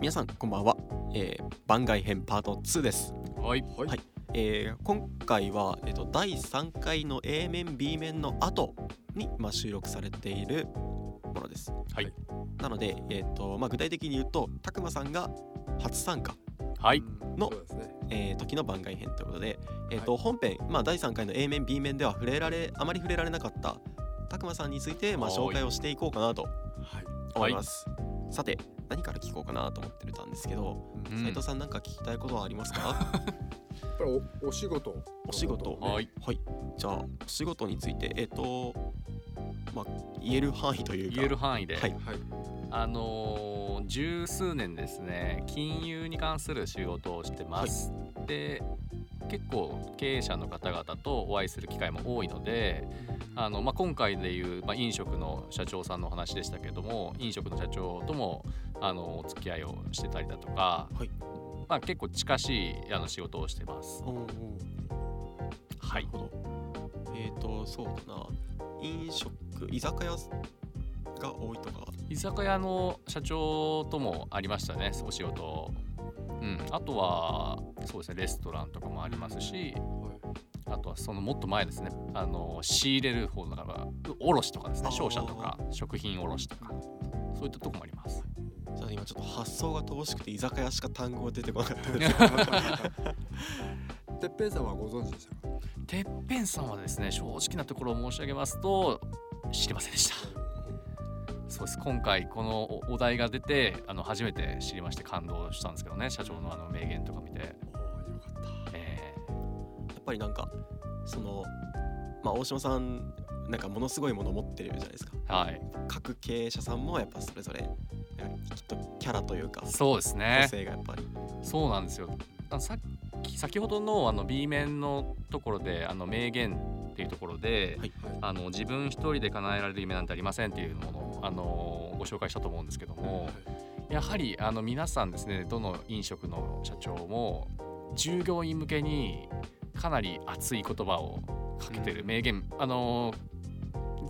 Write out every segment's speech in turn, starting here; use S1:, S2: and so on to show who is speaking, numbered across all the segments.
S1: 皆さんこんばんは、えー番外編パート2です、
S2: はい。
S1: はいえー今回は、えー、と第3回の A 面 B 面の後に、まあ、収録されているものです、
S2: はい
S1: なので、えーとまあ、具体的に言うとたくまさんが初参加
S2: はい。
S1: の
S3: そうですね。
S1: えー時の番外編ということで、えーと本編、まあ、第3回の A 面 B 面では触れられあまり触れられなかったたくまさんについて、まあ、
S2: はい
S1: 紹介をしていこうかなと
S3: はい。
S1: 思います、さて何から聞こうかなと思ってたんですけど
S2: う
S1: 斉
S2: ん
S1: 藤さん何か聞きたいことはあります か
S3: やっぱりおお仕事。
S1: お仕事
S2: はい。
S1: じゃあお仕事についてえっ、とまあ言える範囲というか
S2: 言える範囲で、
S1: はい
S3: はい。
S2: あのー十数年ですね、金融に関する仕事をしてます。で、結構経営者の方々とお会いする機会も多いので、あのまあ、今回でいう、まあ、飲食の社長さんのお話でしたけども飲食の社長ともあのお付き合いをしてたりだとか、
S1: はい
S2: まあ、結構近しいあの仕事をしてます。
S1: おーおーな
S2: は
S1: いる、ほどえっ、とそうだな飲食居酒屋が多いとか
S2: 居酒屋の社長ともありましたねお仕事うんあとはそうですねレストランとかもありますしあとはそのもっと前ですねあの仕入れる方だから卸とかですね
S1: あー
S2: 商社とか食品卸とかそういったとこもあります
S1: じゃあ今ちょっと発想が乏しくて居酒屋しか単語が出てこなかった です
S3: はい。てっぺんさんはご存知でしたか。
S2: てっぺんさんはですね正直なところを申し上げますと知りませんでしたそうです今回このおお題が出てあの初めて知りまして感動したんですけどね社長のあの名言とか見て、
S3: おーよかった。
S2: え
S1: やっぱりなんかそのまあ大島さんなんかものすごいもの持ってるじゃないですか
S2: ーはい
S1: 各経営者さんもやっぱそれぞれなんかきっとキャラというか
S2: そうですね
S1: 個性がやっぱり
S2: そうなんですよあさっき先ほどのあの B 面のところであの名言っていうところで、
S1: はい
S2: あの自分一人で叶えられる夢なんてありませんっていうものをあのご紹介したと思うんですけども、やはりあの皆さんですねどの飲食の社長も従業員向けにかなり熱い言葉をかけてる名言、あの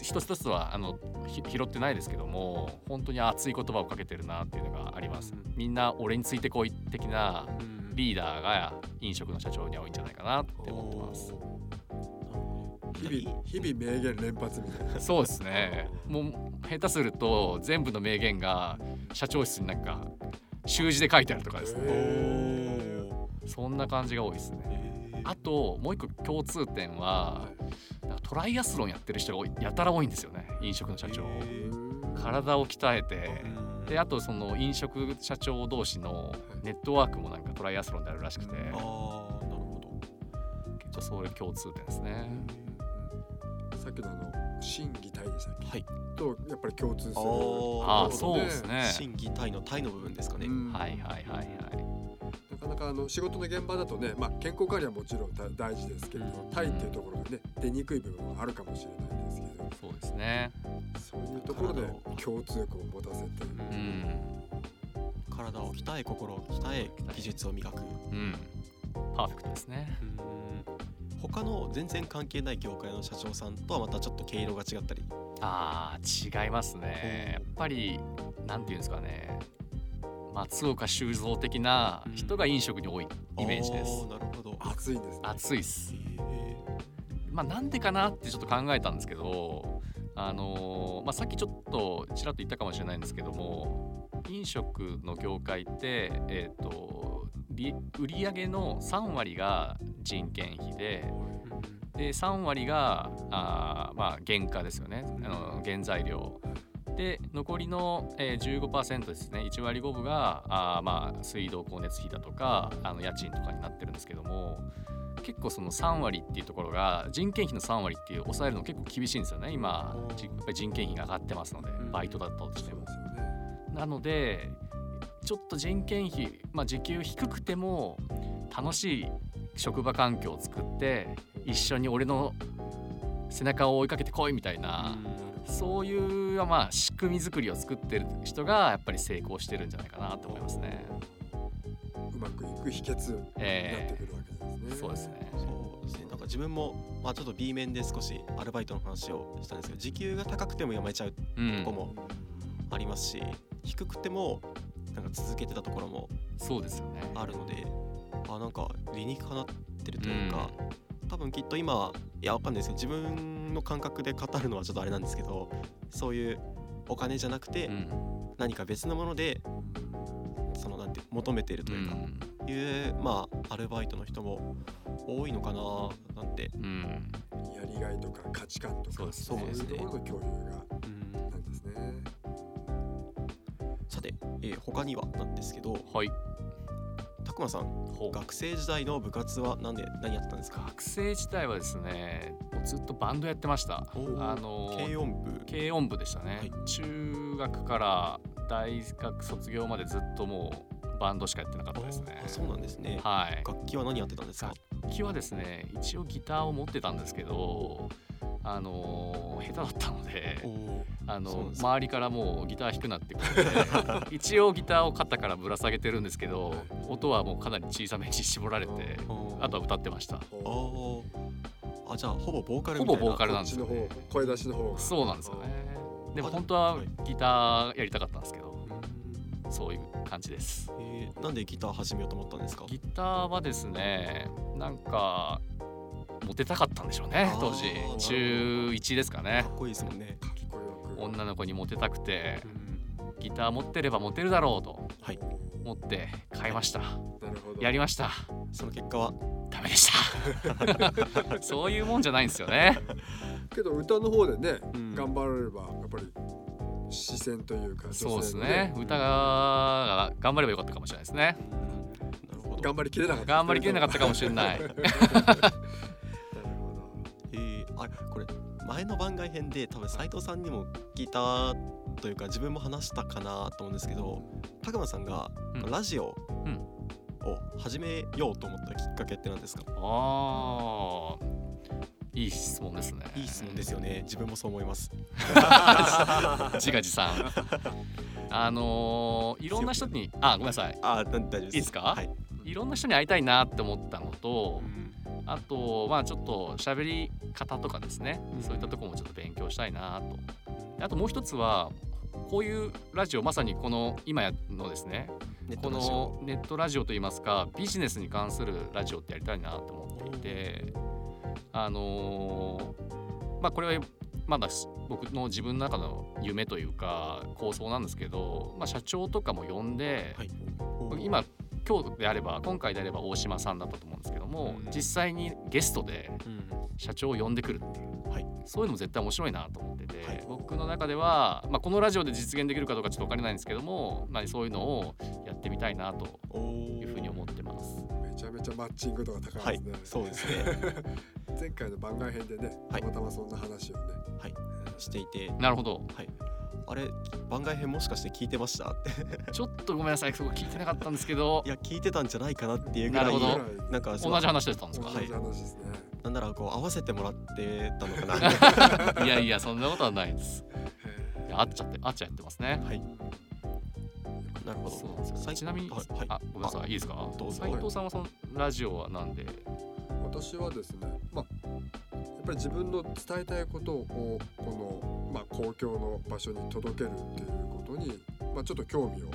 S2: 一つ一つはあのひ拾ってないですけども本当に熱い言葉をかけてるなっていうのがあります。
S1: うん
S2: みんな俺についてこい的な
S3: うん
S2: リーダーが飲食の社長には多いんじゃないかなって思ってます。
S3: 日々日々名言連発みたいな。
S2: そうですね。もう下手すると全部の名言が社長室になんか習字で書いてあるとかですね。
S3: へ
S2: そんな感じが多いですね。
S3: ー
S2: あともう一個共通点はなんかトライアスロンやってる人が多いやたら多いんですよね。飲食の社長。体を鍛えて。であとその飲食社長同士のネットワークもなんかトライアスロンであるらしくて
S3: うん
S1: ああなるほど
S2: 結構そういう共通点ですね。
S3: さっきのあの心技体でしたっけ。
S1: はい
S3: とやっぱり共通する。
S1: あ
S2: あ
S1: ー
S2: あそうですね。
S1: 心技体の体の部分ですかね、
S3: うん
S2: はいはいはいはい。
S3: なかなかあの仕事の現場だとね、まあ、健康管理はもちろん大大事ですけれど、
S1: うん
S3: 体っていうところがね出にくい部分はあるかもしれないですけど
S2: そうですね。
S3: そういうところで
S1: 体を
S3: 共通項を持たせて、
S2: う
S1: うん
S2: ん。
S1: 体を鍛え心を鍛え技術を磨く
S2: うん。パーフェクトですね。
S1: 他の全然関係ない業界の社長さんとはまたちょっと毛色が違ったり
S2: ああ、違いますね。やっぱり、なんていうんですかね。松岡修造的な人が飲食に多いイメージで
S1: あ
S2: す
S1: ー。なるほど
S3: 熱いんですね。
S2: 熱いっす。
S1: え
S2: まあ、なんでかなってちょっと考えたんですけど、あのーまあ、さっきちょっとちらっと言ったかもしれないんですけども飲食の業界って、えー、と利売り上げの3割が人件費でで3割があー、まあ、原価ですよねあの原材料。で残りの、えー、15%ですね1割5分があー、まあ、水道光熱費だとかあの家賃とかになってるんですけども結構その3割っていうところが人件費の3割っていう抑えるの結構厳しいんですよね今
S1: おー
S2: じやっぱり人件費が上がってますので
S1: ん
S2: バイトだったとして
S3: そう
S2: も
S3: で。すよね。
S2: なのでちょっと人件費、まあ、時給低くても楽しい職場環境を作って一緒に俺の背中を追いかけてこいみたいな、そういう、まあ、仕組み作りを作ってる人がやっぱり成功してるんじゃないかなと思いますね。
S3: うまくいく秘訣になってくるわけですね。
S2: そうですね
S1: ーそうですねなんか自分も、まあ、ちょっと B 面で少しアルバイトの話をしたんですけど時給が高くても辞めちゃう
S2: うん
S1: とこもありますし、低くてもなんか続けてたところも
S2: そうですよね
S1: あるのであなんか理にかなってるというか、多分きっと今いやわかんないですよ自分の感覚で語るのはちょっとあれなんですけどそういうお金じゃなくて
S2: うん
S1: 何か別のものでそのなんて求めているというか、いうまあアルバイトの人も多いのかななんて、
S2: うんうん
S3: やりがいとか価値観と
S2: そう
S3: か
S2: です
S3: そう
S2: ね
S3: いうところの共有
S1: う
S3: が
S1: ん
S3: なんですね。
S1: さて、えー他にはなんですけど
S2: はい
S1: たくまさん
S2: ほう
S1: 学生時代の部活は何で何やってたんですか
S2: 学生時代はですねもうずっとバンドやってました
S1: おー
S2: あの
S1: 軽音部
S2: 軽音部でしたね、
S1: はい
S2: 中学から大学卒業までずっともうバンドしかやってなかったですね
S1: あそうなんですね
S2: はい
S1: 楽器は何やってたんですか
S2: 楽器はですね一応ギターを持ってたんですけどあの下手だったので
S1: おーそう
S2: あ
S1: なん
S2: の
S1: ですか
S2: 周りからもうギター弾く なってこと で一応ギターを肩からぶら下げてるんですけど音はもうかなり小さめに絞られて
S1: おー
S2: あとは歌ってました
S1: あ
S3: こ
S1: ーあじゃあほぼボーカル
S2: ほ
S1: みたい
S2: ぼ
S1: な
S2: ボーカルな
S3: っ
S2: んで
S3: ち
S2: す
S3: の
S2: よ、ね、
S3: 方声出しの方が
S2: そうなんですよねでも本当はギターやりたかったんですけどそういう感じです
S1: うんえーなんでギター始めようと思ったんですか
S2: ギターはですねなんかモテたかったんでしょうね
S1: あー
S2: 当
S1: なるほど
S2: 時中1ですかね
S1: かっこいいですもんね、
S3: かっこよく
S2: 女の子にモテたくてギター持ってればモテるだろうと
S1: はい
S2: 思って買いました
S3: なるほど
S2: やりました
S1: その結果は
S2: ダメでした そういうもんじゃないんですよね
S3: けど歌の方でね、
S1: うん
S3: 頑張れればやっぱり視線というか
S2: そうです
S3: 女性の
S2: ね歌が頑張ればよかったかもしれないですね
S1: なるほど、
S3: 頑張りきれなかった
S2: 頑張りきれなかったかもしれない
S3: なるほど
S1: えーあれこれ前の番外編で多分斉藤さんにもギターというか自分も話したかなと思うんですけどたくまさんが
S2: うん
S1: ラジオを
S2: うん
S1: 始めようと思ったきっかけって何ですか、
S2: あーいい質問ですね
S1: いい質問ですよね自分もそう思います
S2: 自画自 賛あのーいろんな人にあごめんなさい
S1: あーなん大丈夫です
S2: いいですか
S1: はい、
S2: いろんな人に会いたいなって思ったのと
S1: うん
S2: あとまあちょっと喋り方とかですね
S1: うん
S2: そういったところもちょっと勉強したいなとであともう一つはこういうラジオまさにこの今やのですね
S1: ネット
S2: こ
S1: ラジオ
S2: のネットラジオといいますかビジネスに関するラジオってやりたいなと思っていてあのーまあこれはまだし僕の自分の中の夢というか構想なんですけど、まあ、社長とかも呼んで、
S1: はいおー
S2: 今今日であれば今回であれば大島さんだったと思うんですけども、
S1: うん
S2: 実際にゲストで
S1: うん
S2: 社長を呼んでくるっていう、
S1: はい
S2: そういうのも絶対面白いなと思ってて、
S1: はい
S2: 僕の中では、まあ、このラジオで実現できるかどうかちょっと分からないんですけども、まあ、そういうのをやってみたいなと
S1: お
S2: いうふうに思ってます。
S3: めちゃめちゃマッチング度が高
S1: はいい
S3: ですね、
S1: そうですね
S3: 前回の番外編でね
S1: はい
S3: たまたまそんな話をね、
S1: はいしていて
S2: なるほど
S1: あれ番外編もしかして聞いてましたって
S2: ちょっとごめんなさいそこ聞いてなかったんですけど
S1: いや聞いてたんじゃないかなっていうぐら
S2: なる
S1: い
S2: ほど
S1: なんかそ
S2: 同
S1: の
S2: じ話でしたんです か
S3: 同じ話ですね、
S1: なんならこう合わせてもらってたのか な
S2: いやいやそんなことはないです。いやあっちゃってあっちゃやってますね。
S1: はいなるほ
S2: そ
S1: ど
S2: うなんですよ
S1: 斉
S2: ちなみに、
S1: はいはい
S2: あごめんなさいいいですか
S1: どうぞ
S2: 斉藤さんはそのラジオはなんで
S3: 私はですねまあやっぱり自分の伝えたいことをこの、まあ、公共の場所に届けるっていうことに、まあ、ちょっと興味を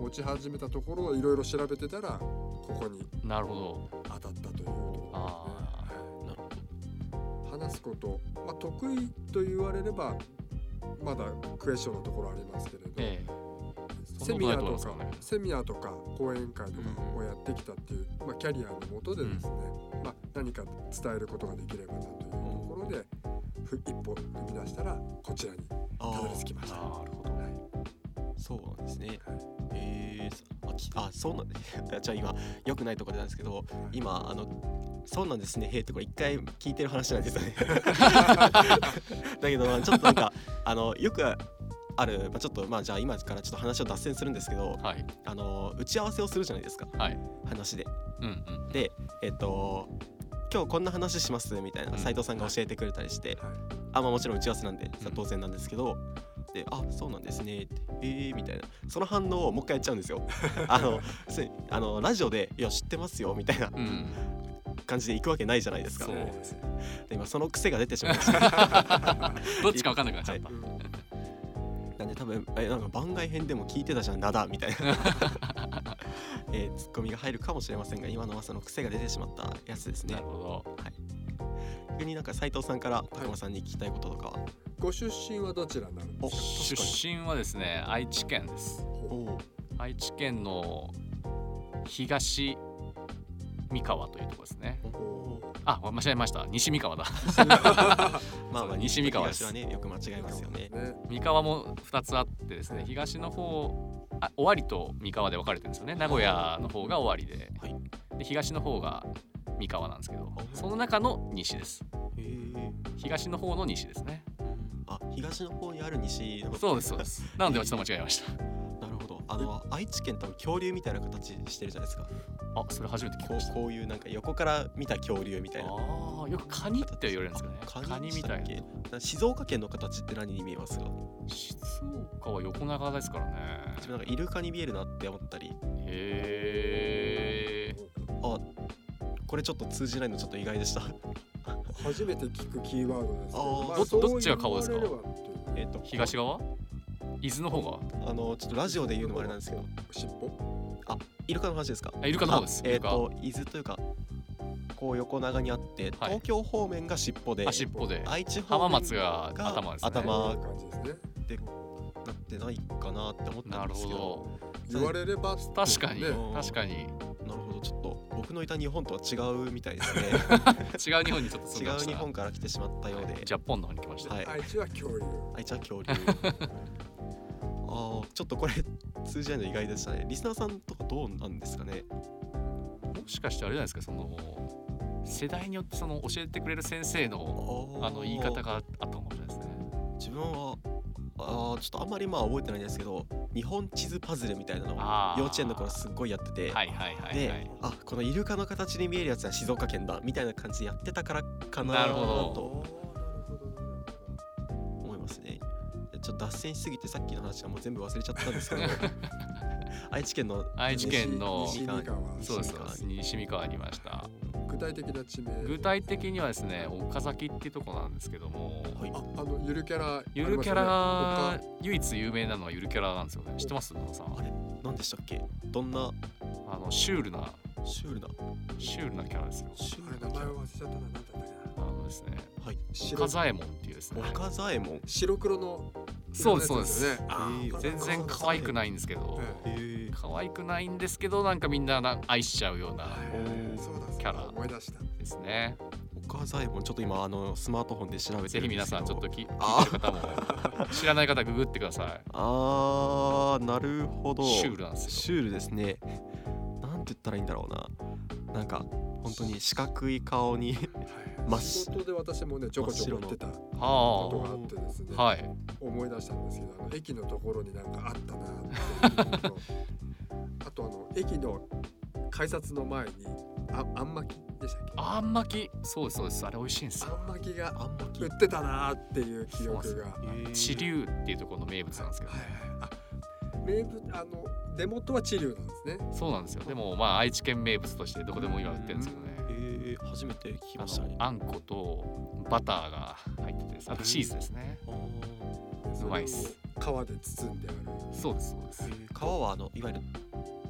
S3: 持ち始めたところいろいろ調べてたらここに
S2: なるほど
S3: 当たったというとこ
S2: あ
S3: ろですねはい。
S1: なるほ
S3: 話すこと、まあ、得意と言われればまだクエスチョンのところありますけれど、
S2: え
S3: セミナー
S2: そんなことないと思い
S3: と
S2: ます
S3: か
S2: よね
S3: セミナーとか講演会とかをやってきたっていう、まあ、キャリアのもとでですね、まあ、何か伝えることができればなというところで、ふ一歩踏み出したらこちらに
S1: あ
S3: たどり着
S1: ー
S3: きま
S2: え
S3: した。
S2: な
S3: は
S2: るほど
S3: い
S1: そうなんですね
S3: はい
S1: えー、あきあそうなん じゃあ今よくないところなんですけど今あのそうなんですねへーってこれ一回聞いてる話なんですよね だけどまあちょっとなんかあのよくある、まあ、ちょっとまあじゃあ今からちょっと話を脱線するんですけど
S2: はい
S1: あの打ち合わせをするじゃないですか
S2: はい
S1: 話で
S2: うんうん
S1: でえっと今日こんな話しますみたいな
S2: うん
S1: 斉藤さんが教えてくれたりして、あまあもちろん打ち合わせなんでさ
S2: うん
S1: 当然なんですけど、であそうなんですねってえー、みたいなその反応をもう一回やっちゃうんですよ あのすいあのラジオで「いや知ってますよ」みたいな
S2: うん
S1: 感じで行くわけないじゃないですか
S2: そう
S1: で
S2: ですね
S1: 今その癖が出てしまいました
S2: どっちか分かんなくなっちゃった、
S3: うん
S1: なんで多分えなんか番外編でも聞いてたじゃん「なだ」みたい な、えーツッコミが入るかもしれませんが今のはその癖が出てしまったやつです
S2: な
S1: ね
S2: るほど
S1: 逆になんか斉藤さんから高間さんに聞きたいこととかは
S3: ご出身はどちらなんですか
S2: 出身はですね愛知県です
S1: おお
S2: 愛知県の東三河というところですね
S3: お
S2: あ間違えました西三河だ
S1: まあまあ
S2: 西三河です
S1: 西と東 はねよく間違えますよね
S3: ーね
S2: 三河も2つあってですね東の方あ尾張と三河で分かれてるんですよね名古屋の方が尾張で,、
S1: はい
S2: で東の方が三河なんですけど
S1: はい
S2: その中の西です
S1: へえ
S2: 東の方の西ですね
S1: あ東の方にある西の
S2: そうですそうですなのでちょっと間違えました
S1: なるほどあの愛知県多分恐竜みたいな形してるじゃないですか
S2: あそれ初めて聞き
S1: こ
S2: ました
S1: うこういうなんか横から見た恐竜みたいな
S2: あーよくカニって言われるんですかね
S1: あ
S2: カニみたい
S1: でしたっけな静岡県の形って何に見えますか
S2: 静岡は横長ですからね
S1: 自分なんかイルカに見えるなって思ったり
S2: へえ
S1: あこれちょっと通じないのちょっと意外でした
S3: 初めて聞くキーワードですけ
S1: あー
S3: ま
S1: ど
S3: そう
S2: どっちが顔ですか
S3: 言われればっていうね
S1: えっと
S2: 東側伊豆の方が
S1: あのちょっとラジオで言うのもあれなんですけど
S3: 尻尾
S1: イルカの話ですか
S2: あイルカの方です
S1: あえっ、
S2: イルカ
S1: と伊豆というかこう横長にあって
S2: は
S1: 東
S2: い
S1: 京方面が尻尾で、
S2: あ尻尾で
S1: 愛知方
S2: 浜
S1: 面
S2: 松が頭ですね
S1: 頭
S3: こんな感じですね
S1: なってないかなって思った
S2: なんる
S1: です
S2: ほ
S1: けど
S2: ど
S3: 言われればっていうね
S2: 確かに
S1: ね
S2: 確かに違
S1: なるほどちょっと僕のいた日本とは違うみたいです ね
S2: う日本にちょっと住んで
S1: 違
S2: ま
S1: う
S2: した
S1: 日本から来てしまったようで、
S2: はいジャポンの方に来ました、
S1: はい
S3: 愛知は恐竜
S1: あいちゃん恐 竜あーちょっとこれ通じないの意外でしたねリスナーさんとかどうなんですかね
S2: もしかしてあれじゃないですかその世代によってその教えてくれる先生
S1: あ
S2: の
S1: ー
S2: あの言い方があったかもしれないですね
S1: 自分はあーちょっとあんまりまあ覚えてないんですけど日本地図パズルみたいなのを
S2: あー
S1: 幼稚園の頃すっごいやってて、
S2: はいはいはい
S1: で、
S2: はい
S1: あこのイルカの形に見えるやつは静岡県だみたいな感じでやってたからかな
S2: なるほど
S1: と
S3: あーなるほどなるほど
S1: 思いますねでちょっと脱線しすぎてさっきの話はもう全部忘れちゃったん ですけど愛知県の
S2: 愛知県の
S3: 西三河
S2: そうですそうです西三河にいました
S3: 具体的な地名
S2: 具体的にはですね岡崎ってとこなんですけども、
S1: はい
S3: ああのゆるキャラ
S2: ゆるキャラ、
S3: ありますよね
S2: 唯一有名なのはゆるキャラなんですよね知ってます野田さん
S1: あれ何でしたっけどんな
S2: あのシュールな
S1: シュールな
S2: シュールなキャラですよ
S1: シュ
S3: 他
S1: ールな
S3: あれ名前忘れちゃったななんだったか
S2: あのですね
S1: はい
S2: 岡
S3: な白
S2: 左衛門っていうですね
S1: 岡左衛門
S3: 白黒の
S2: そうですそうです
S3: 色のやつよねあー
S1: えー
S2: 全然可愛くないんですけど
S3: え
S1: え
S2: 可愛くないんですけどなんかみんなな愛しちゃうよう
S3: え
S2: な
S3: はいはいそうだそう
S2: キ
S3: だ
S2: ャラ
S3: 思い出した
S2: ですね
S1: 岡左衛門ちょっと今あのスマートフォンで調べてるんです
S2: ぜ
S1: けど
S2: ひ皆さんちょっとき聞いて
S1: あ
S2: る方も知らない方ググってくださ
S1: あーなるほど
S2: いシュールなんです
S1: シ
S2: よ
S1: ュールですねなんて言ったらいいんだろうななんか本当に四角い顔に真っ
S3: 仕事で私もねちょこちょこ行ってたこ
S2: は
S3: とがあってですね
S2: あはい
S3: 思い出したんですけどあの駅のところになんかあったなっ ていうのとあとあの駅の改札の前にああんまきでしたっけ
S2: あんまきそうですそうですあれ美味しいんですよ
S3: あんまきが
S1: あんまき
S3: 売ってたなっていう記
S2: そう
S3: 憶
S2: な
S3: が
S2: 地流っていうところの名物なんですけど
S3: はいはいあ名物あの出元は地流なんですね
S2: そうなんですよでもまあ愛知県名物としてどこでも今売ってるんですけどね
S1: えー、初めて聞き
S2: あ
S1: ましたね
S2: のあんことバターが入っててですあとチーズですね
S1: あー
S3: そう
S2: まいっす
S3: 皮で包んである
S2: そうですそうで
S1: え
S2: す
S1: ー皮はあのいわゆる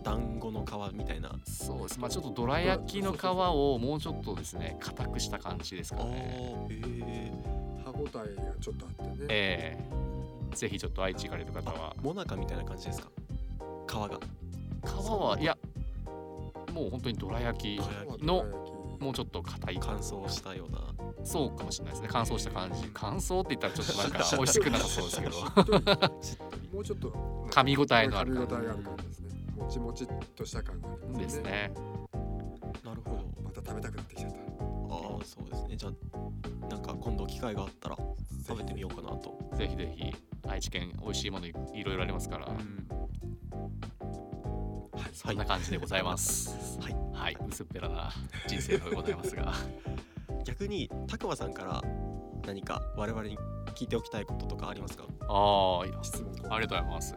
S1: 団子の皮みたいな
S2: そうですまあちょっとどら焼きの皮をもうちょっとですね硬くした感じですか
S1: あ
S2: ね
S1: ーえ
S3: 歯ごたえがちょっとあってね
S2: ええぜひちょっと愛知行かれる方は
S1: ー、もなかみたいな感じですか皮が
S2: 皮はいやもう本当にどら焼
S1: 皮
S2: き
S1: 焼き
S2: の
S3: も
S2: もうちょっと硬い
S1: 乾燥したような
S2: そうかもしれないですね乾燥した感じ
S1: うん
S2: 乾燥って言ったらちょっとなんか 美味しくなさそうです けど
S1: しっとり
S3: もうちょっと
S2: 噛み応えのある
S3: 噛み
S2: 感
S3: 応えがある感じですねもちもちっとした感があります
S2: じ
S3: ね
S2: ですね
S1: なる
S3: あ
S1: ほ
S3: また食べたくなってきちゃった
S1: どああそうですねじゃあなんか今度機会があったら食べてみようかなと
S2: ぜひぜひ愛知県美味しいものいいろいろありますから、
S3: はい
S2: そんな感じでございます。
S1: はい、
S2: はい、薄っぺらな人生でございます が、
S1: 逆にたくまさんから何か我々に聞いておきたいこととかありますか
S2: ああ、あり
S3: 質問
S2: がとうございます。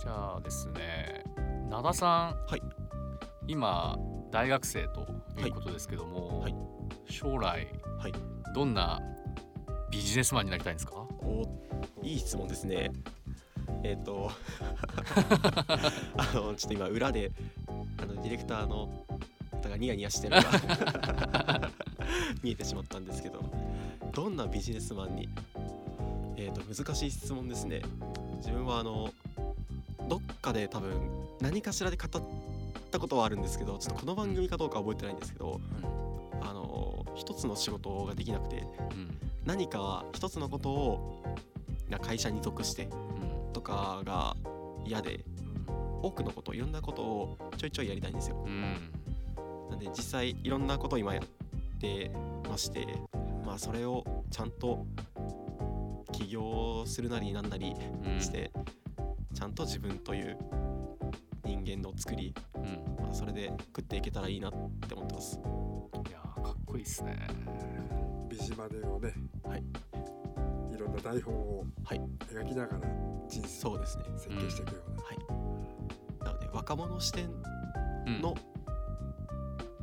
S2: じゃあですね、灘さん、
S1: はい
S2: 今大学生ということですけども、
S1: はいは
S2: 将来、
S1: はい
S2: どんなビジネスマンになりたいんですか？
S1: おいい質問ですねえっ、とあのちょっと今裏であのディレクターの方がニヤニヤしてるのが見えてしまったんですけどどんなビジネスマンに、えー、と難しい質問ですね自分はあのどっかで多分何かしらで語ったことはあるんですけどちょっとこの番組かどうかは覚えてないんですけどあの一つの仕事ができなくて
S2: うん
S1: 何か一つのことをな会社に属してとかが嫌で多くのこといろんなことをちょいちょいやりたいんですよ
S2: うんうん
S1: なんで実際いろんなことを今やってましてまあそれをちゃんと起業するなりなんなり
S2: うん
S1: して、ちゃんと自分という人間の作り、
S2: うん
S1: まあ、それで食っていけたらいいなって思ってます
S2: いやーかっこいいですね
S3: ビジマネをね、
S1: はい、
S3: ろんな台本を
S1: はい
S3: 描きながら人生
S1: そう
S3: を
S1: ですね
S3: 設計していくような、
S1: なので若者視点
S2: うん
S1: の、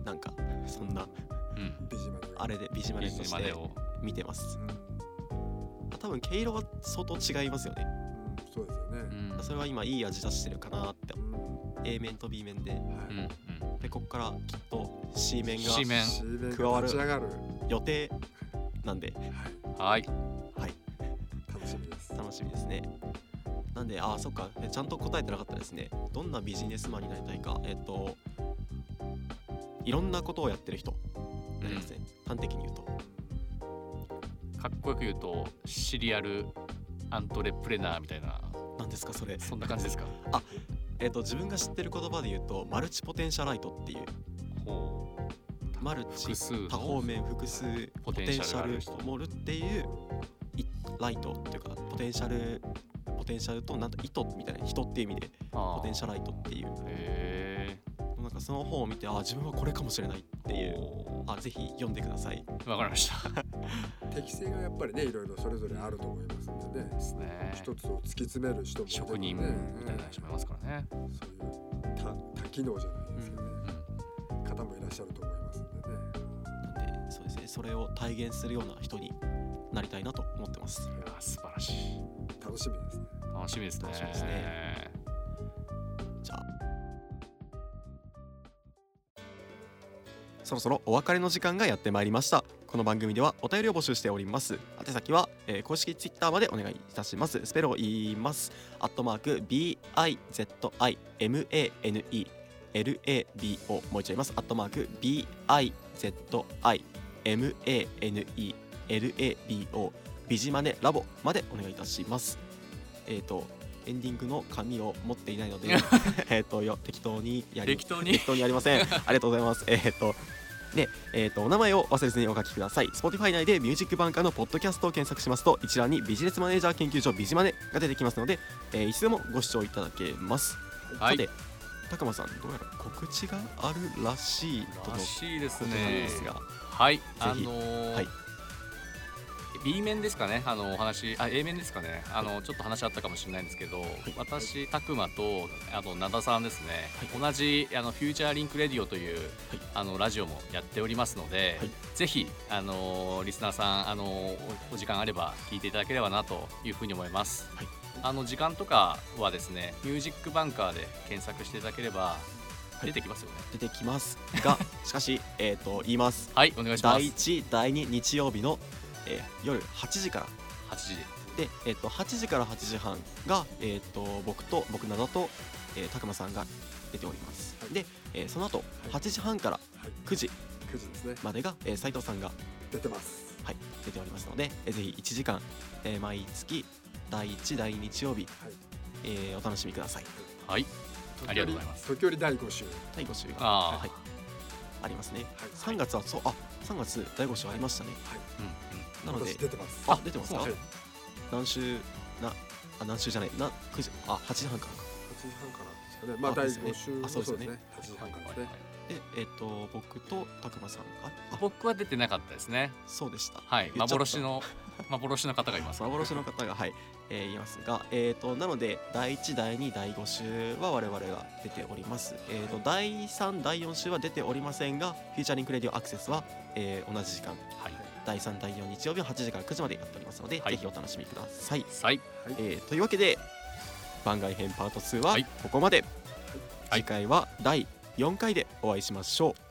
S1: なんかそんな
S2: うん
S3: ビジマネが
S1: あれでビジマネ
S2: ビ
S1: と
S2: ジ
S1: し
S2: マネ
S1: て
S2: を
S1: 見てます
S3: うん、うん
S1: 多分毛色は相当違いますよね
S3: そうですよね、
S2: うん
S1: それは今いい味出してるかなって
S3: うん
S1: A 面と B 面で
S3: は
S2: う
S3: い
S2: んうん
S1: でこっからきっと C 面が
S2: C 面
S3: 水面
S1: 加わ
S3: が
S1: る
S3: 立ち上がる、
S1: 予定なんで
S3: は
S2: は
S3: い、
S2: い
S1: はい
S3: 楽しみです
S1: 楽しみですねなんであーそっかえちゃんと答えてなかったですねどんなビジネスマンになりたいかえっ、といろんなことをやってる人になりますね、端的に言うと
S2: かっこよく言うとシリアルアントレプレナーみたいな
S1: 何ですかそれ
S2: そんな感じですか
S1: えっ、と自分が知ってる言葉で言うとマルチポテンシャライトっていう
S2: ほう
S1: マルチ
S2: 複数の
S1: 多方面複数ポ
S2: ポ
S1: テ
S2: テン
S1: ン
S2: シ
S1: シ
S2: ャ
S1: ャ
S2: ルがあ
S1: ル
S2: る人
S1: を盛るっていういライトっていうかポテンシャルポテンシャルとなんと糸みたいな人っていう意味でポ
S2: ポ
S1: テンシャライトっていう
S2: へ
S1: なんかその本を見てあー自分はこれかもしれないってい
S2: え
S1: うあぜひ読んでください
S2: わかりました
S3: 適性がやっぱりねいろいろそれぞれあると思いますんでね
S2: で すね
S3: 一つを突き詰める人もいれば
S2: 職人
S3: ね
S2: みたいな人もいますからね、
S3: うんそういう多多機能じゃないですけどね、方もいらっしゃると思いますんでね
S1: なんでそうですねそれを体現するような人になりたいなと思ってます
S2: うん、いや素晴らしい
S3: 楽しみですね
S2: 楽しみですね
S1: 楽しみですねじゃあそろそろお別れの時間がやってまいりましたこの番組ではお便りを募集しております宛先は、えー公式 Twitter までお願いいたしますスペルを言いますアットマーク BIZIMANE LABO もう一度言いますアットマーク BIZIMANE LABO ビジマネラボまでお願いいたしますえっ、とエンディングの紙を持っていないのでえっとよ適当にやり
S2: 適当に
S1: 適当にありません。ありがとうございます。えーっと。で、えーっと、お名前を忘れずにお書きください。Spotify 内でミュージックバンカーのポッドキャストを検索しますと、一覧にビジネスマネージャー研究所ビジマネが出てきますので、えーいつでもご視聴いただけます。
S2: はい
S1: さて、高間さん、どうやら告知があるらしいとの
S2: ら
S1: こ
S2: しいです
S1: と
S2: ね
S1: なんですが、
S2: はいあのー
S1: はい
S2: B 面ですかねあのお話あ A 面ですかねあのちょっと話あったかもしれないんですけど、私拓磨とあと灘さんですね、同じあのフューチャーリンクレディオという、
S1: はい
S2: あのラジオもやっておりますので、
S1: はい
S2: ぜひあのーリスナーさんあのーおお時間あれば聞いていただければなというふうに思います、
S1: はい
S2: あの時間とかはですねミュージックバンカーで検索していただければ
S1: い
S2: 出てきますよね
S1: 出てきますが、 しかし、えーっと、言います。
S2: はい、お願いしま
S1: 第
S2: す
S1: 1、第2日曜日の、えー夜8時から
S2: 8時
S1: で、えっと8時から8時半が、えっと僕と僕などと、えー、たくまさんが出ております、
S3: はい
S1: で、えーその後8時半から
S3: はい
S1: 9時
S3: 9時ですね
S1: までが、えー、斉藤さんが、
S3: 出てます
S1: はい、出ておりますので、えーぜひ1時間、えー毎月第1第2日曜日、
S3: はい
S1: えーお楽しみください
S2: はいありがとうございます
S3: 時折第5週
S1: 第5週が
S2: あー
S1: はい、ありますね
S3: はい
S1: 3月はそうあ3月第5週ありましたね
S3: はい
S2: う
S1: な
S2: ん
S1: ので
S3: 私出てます
S1: あ出てますか
S3: はい8
S1: 何週なあ何週じゃないな9時あ8時半からか
S3: 時半からですかねまあ
S1: あ
S3: 第
S1: ですね
S3: 5週も
S1: あそうですよね
S3: 8時
S2: うん
S3: 半から
S2: は
S3: で
S2: いはい
S3: すね
S2: はい
S1: でえっ、と僕とたくまさんがあ
S2: 僕は出てなかったですね
S1: そうでした
S2: はい
S1: 言っちゃった
S2: 幻の幻の方がいます
S1: 幻の方がはい、えーいますが、えー、となので第1第2第5週は我々が出ております、えー、と第3第4週は出ておりませんがフューチャリングレディオアクセスは、えー同じ時間
S2: はい
S1: 第3第4日曜日の8時から9時までやっておりますので、
S2: はい
S1: ぜひお楽しみください、
S2: はい
S1: えーというわけで番外編パート2ははいここまで、
S2: はい
S1: 次回は第4回でお会いしましょう